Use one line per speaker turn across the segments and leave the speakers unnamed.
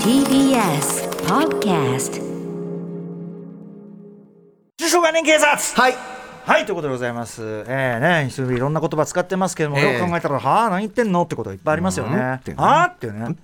TBS Podcast
自称年警察
はい
はいということでございますえー、ね SUV いろんな言葉使ってますけども、
ええ
よく考えたらはあ何言ってんのってことがいっぱいありますよね
うんってね
はあっていうね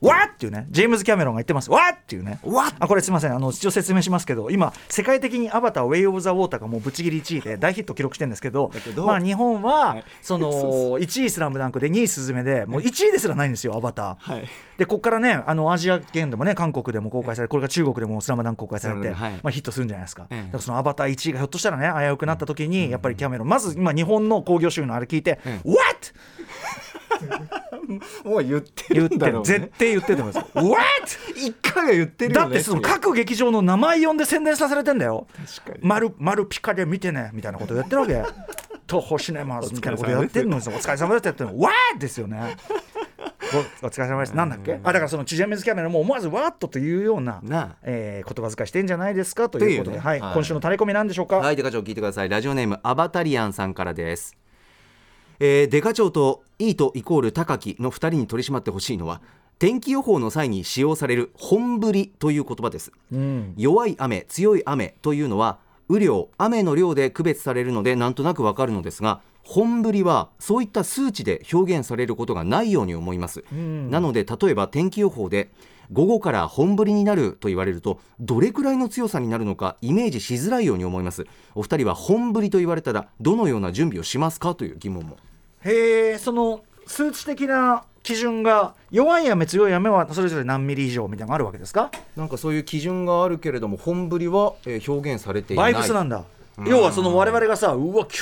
わあっていうねジェームズ・キャメロンが言ってますわあっていうね
わ
あこれすいませんあの一応説明しますけど今世界的に「アバターウェイ・オブ・ザ・ウォーター」がもうぶっちぎり1位で大ヒット記録してるんですけど
けど
まあ、日本はその1位「スラムダンクで2位「スズメでもう1位ですらないんですよ「アバター」
はい
でここからねあのアジア圏でもね韓国でも公開されこれが中国でも「スラムダンク公開されて、
はい
まあ、ヒットするんじゃないですか,、
ええ
だからそのアバター1位がひょっとしたらね危うくなった時にやっぱりキャメロンまず今日本の興行収入のあれ聞いて「What?」
もう言って
言
る
っ
ん
て
だろう、
る
ね、
絶対言ってると思 います「What?」
一回は言ってるよ
だ
ね
ってその各劇場の名前呼んで宣伝させれてんだよ
確かに
丸丸ピカで見てねみたいなことやってるわ け東宝シネマズみたいなことやってるのにお疲れ様ですってやってるのわーですよ ねおお疲れ様ですなんだっけあだからそのチジェメズキャメラも思わずわーっとというような
なあ
えー言葉遣いしてんじゃないですかということで
というね
はい
はい
今週のタレコミなんでしょうか、
はい、デカ長聞いてください。ラジオネームアバタリアンさんからです。えー、デカ長とイートイコール高木の2人に取り締まってほしいのは天気予報の際に使用される本降りという言葉です。
うん
弱い雨、強い雨というのは雨量、雨の量で区別されるのでなんとなくわかるのですが、本降りはそういった数値で表現されることがないように思います。
うん
なので例えば天気予報で午後から本降りになると言われるとどれくらいの強さになるのかイメージしづらいように思いますお二人は本降りと言われたらどのような準備をしますかという疑問も
へえその数値的な基準が弱い雨強い雨はそれぞれ何ミリ以上みたいなのがあるわけですか
なんかそういう基準があるけれども本降りは、えー表現されていな
バ
い
イブスなんだ要はその我々がさうわ今日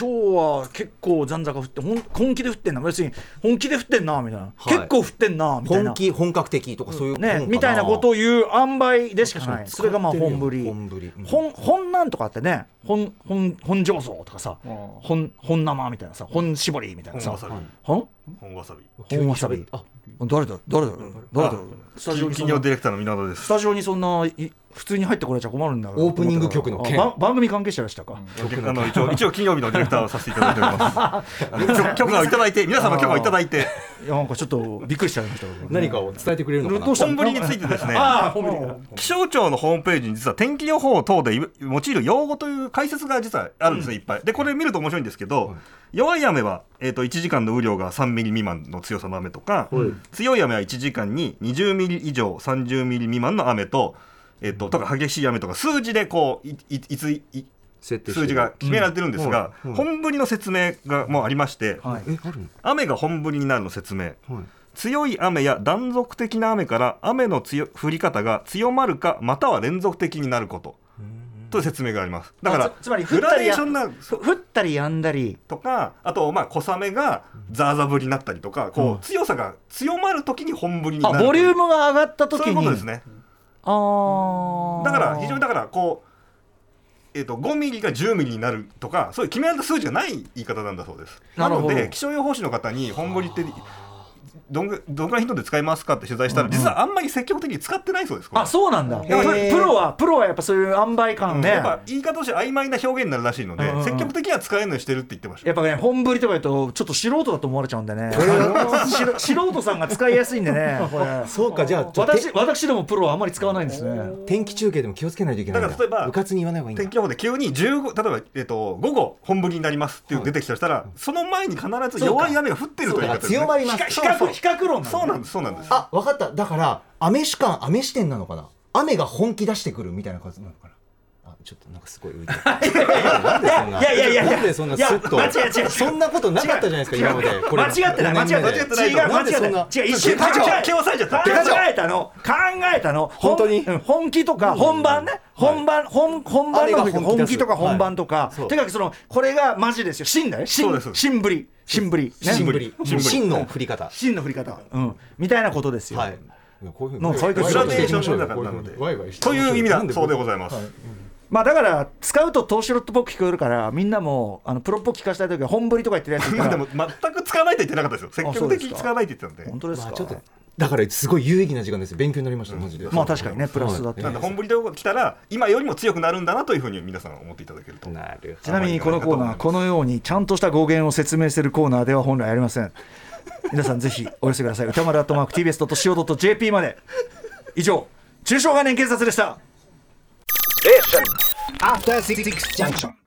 は結構残高降ってほん本気で降ってんな要するに本気で降ってんなみたいな、
はい
結構降ってんなみたいな
本気本格的とかそういうもんか
ねみたいなことを言う塩梅でしかないそれがまあ本降り
本降りうん
本本なんとかってね本本本醸造とかさ本本生みたいなさ本絞りみたいなさ
本わさび
本
本わさび。
本わさび
あ
誰だ誰だ誰だスタジオにそ
金
んな
曜ディレクターの稲田です
ス。タジオにそんない普通に入ってこられちゃ困るんだから
オープニング曲の件
あば番組関係者でしたか、
あの一応一応金曜日のディレクターをさせていただいております。あの許許可をいただいて皆様許可をいただいて
いやなんかちょっとびっくりしちゃいました僕
何かを伝えてくれるのかな
どうした
本降りについてですね。
ああ本降り
気象庁のホームページに実は天気予報等でい用いる用語という解説が実はあるんですね、いっぱい。で、これ見ると面白いんですけど、弱い雨は、えー、と1時間の雨量が3ミリ未満の強さの雨とか、強い雨は1時間に20ミリ以上30ミリ未満の雨と、えー、ととか激しい雨とか数字でこういいいつい
設定して
数字が決められてるんですが、本降りの説明がもうありまして、
はい
えあるの
雨が本降りになるの説明、
はい
強い雨や断続的な雨から雨の強降り方が強まるかまたは連続的になることという説明がありますだか
あ
ら
つつまり降
グ
った
ラ
り
デー
や
ションな
ふ降ったりやんだり
とかあとまあ小雨がザーザー降りになったりとかこう、強さが強まる時に本降りになる
あボリュー
ム
ムが上がった時
そうい
に
うことですね
ああ
だから非常にだからこうえー、と5ミリが10ミリになるとかそういう決められた数字がない言い方なんだそうです
な
な
るほど
ので気象予報士の方に本降りってどんぐどんぐらい頻度で使いますかって取材したら、実はあんまり積極的に使ってないそうですこれ
あそうなんだ
へー
プロはプロはやっぱそういう塩梅感ね、
やっぱ言い方として曖昧な表現になるらしいので、
うんうん
積極的には使えるようにしてるって言ってました
やっぱね本振りとか言うとちょっと素人だと思われちゃうんでねしろ素人さんが使いやすいんで ねこれ
そうかじゃあちょっと
私私でもプロはあんまり使わないんですね
天気中継でも気をつけないといけないんだ
だから例えば
うかつに言わない方がいいんだ
天気予報で急に15例えば、えー、と午後本降りになりますっていう出てきたとしたら、その前に必ず弱い雨が降ってるという言い方です、ね、
そうか強まります
比
比
較
較
比
比較論
較
な
そ
の
うなんですそうなんです
あ、わかった。だから、雨主観、雨視点なのかな雨が本気出してくるみたいな感じなのかなあ、ちょっとなんかすごい浮いて るなんでそんない
やいやいやいや
なんでそんなスッと
いや間違い違う違う
そんなことなかったじゃないですか、今まで。これ
間違ってない間違ってない
五年目で
違う間
なん
違
で
っ
そ
てな
んない
違う一瞬間
デカ
違
長
う
気を割いちゃった
考
デカ長
えたの考えたの
本当に
うん本気とか本番ね本番本本番
あれが
の
本気です
本気とか
はい
本番とか
そう
とにかくそのこれがマジですよ真だよ
そう
真
です
真ぶり真ぶり
シン
ね
ブリ
シンブリ。
シンの振り方。
真の振り方うんみたいなことですよ
はい。こういうふう
なんか最近
グラデーションの
な
中なので
で
という意味だそうでご
い
ざいます、
まあだから使うと投資ロットっぽく聞こえるからみんなもあのプロっぽく聞かせたい時は本振りとか言ってるや ついた
ま
ら
あでも全く使わないと言ってなかったですよ積極的に使わないと言ってたので
本当です
ま
か
あちょっと、だからすごい有意義な時間ですよ。勉強になりました、マジで。
まあ確かにねプラスだって
なんで本降りで来たら今よりも強くなるんだなというふうに皆さん思っていただけると
なるほど
ちなみにこのコーナーはこのようにちゃんとした語源を説明するコーナーでは本来ありません皆さんぜひお寄せください歌丸アットマーク TBS.CO.JP まで以上中小概念警察でした
After Six Junction.